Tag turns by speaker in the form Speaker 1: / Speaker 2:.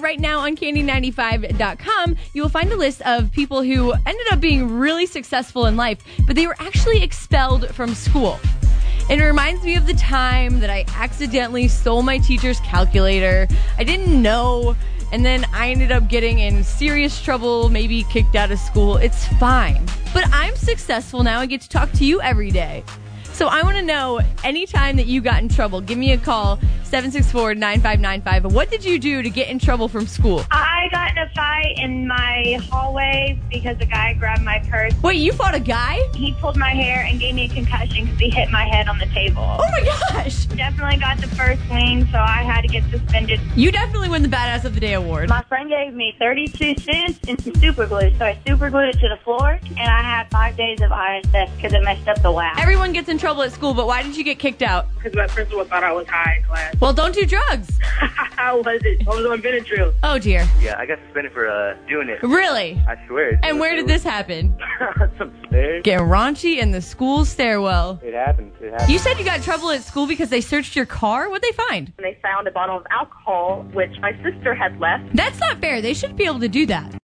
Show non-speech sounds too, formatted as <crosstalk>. Speaker 1: right now on candy95.com, you will find a list of people who ended up being really successful in life, but they were actually expelled from school. And it reminds me of the time that I accidentally stole my teacher's calculator. I didn't know. And then I ended up getting in serious trouble, maybe kicked out of school. It's fine. But I'm successful now. I get to talk to you every day. So I want to know anytime that you got in trouble, give me a call 764 9595. What did you do to get in trouble from school?
Speaker 2: I got in a fight in my hallway because a guy grabbed my purse.
Speaker 1: Wait, you fought a guy?
Speaker 2: He pulled my hair and gave me a concussion because he hit my head on the table.
Speaker 1: Oh my <laughs> gosh!
Speaker 2: Definitely got the first wing, so I had to get suspended.
Speaker 1: You definitely win the Badass of the Day award.
Speaker 2: My friend gave me 32 cents and some super glue, so I super glued it to the floor, and I had five days of ISS because it messed up the wax.
Speaker 1: Everyone gets in trouble at school, but why did you get kicked out?
Speaker 3: Because my principal thought I was high in class. <laughs>
Speaker 1: Well, don't do drugs.
Speaker 3: How was it? I was on Benadryl.
Speaker 1: Oh dear.
Speaker 4: Yeah, I got suspended for uh, doing it.
Speaker 1: Really?
Speaker 4: I swear.
Speaker 1: And where did this happen?
Speaker 4: happen? <laughs> Some stairs.
Speaker 1: Getting raunchy in the school stairwell.
Speaker 4: It happened. It happened.
Speaker 1: You said you got in trouble at school because they searched your car? What'd they find?
Speaker 5: and they found a bottle of alcohol, which my sister had left.
Speaker 1: That's not fair. They should be able to do that.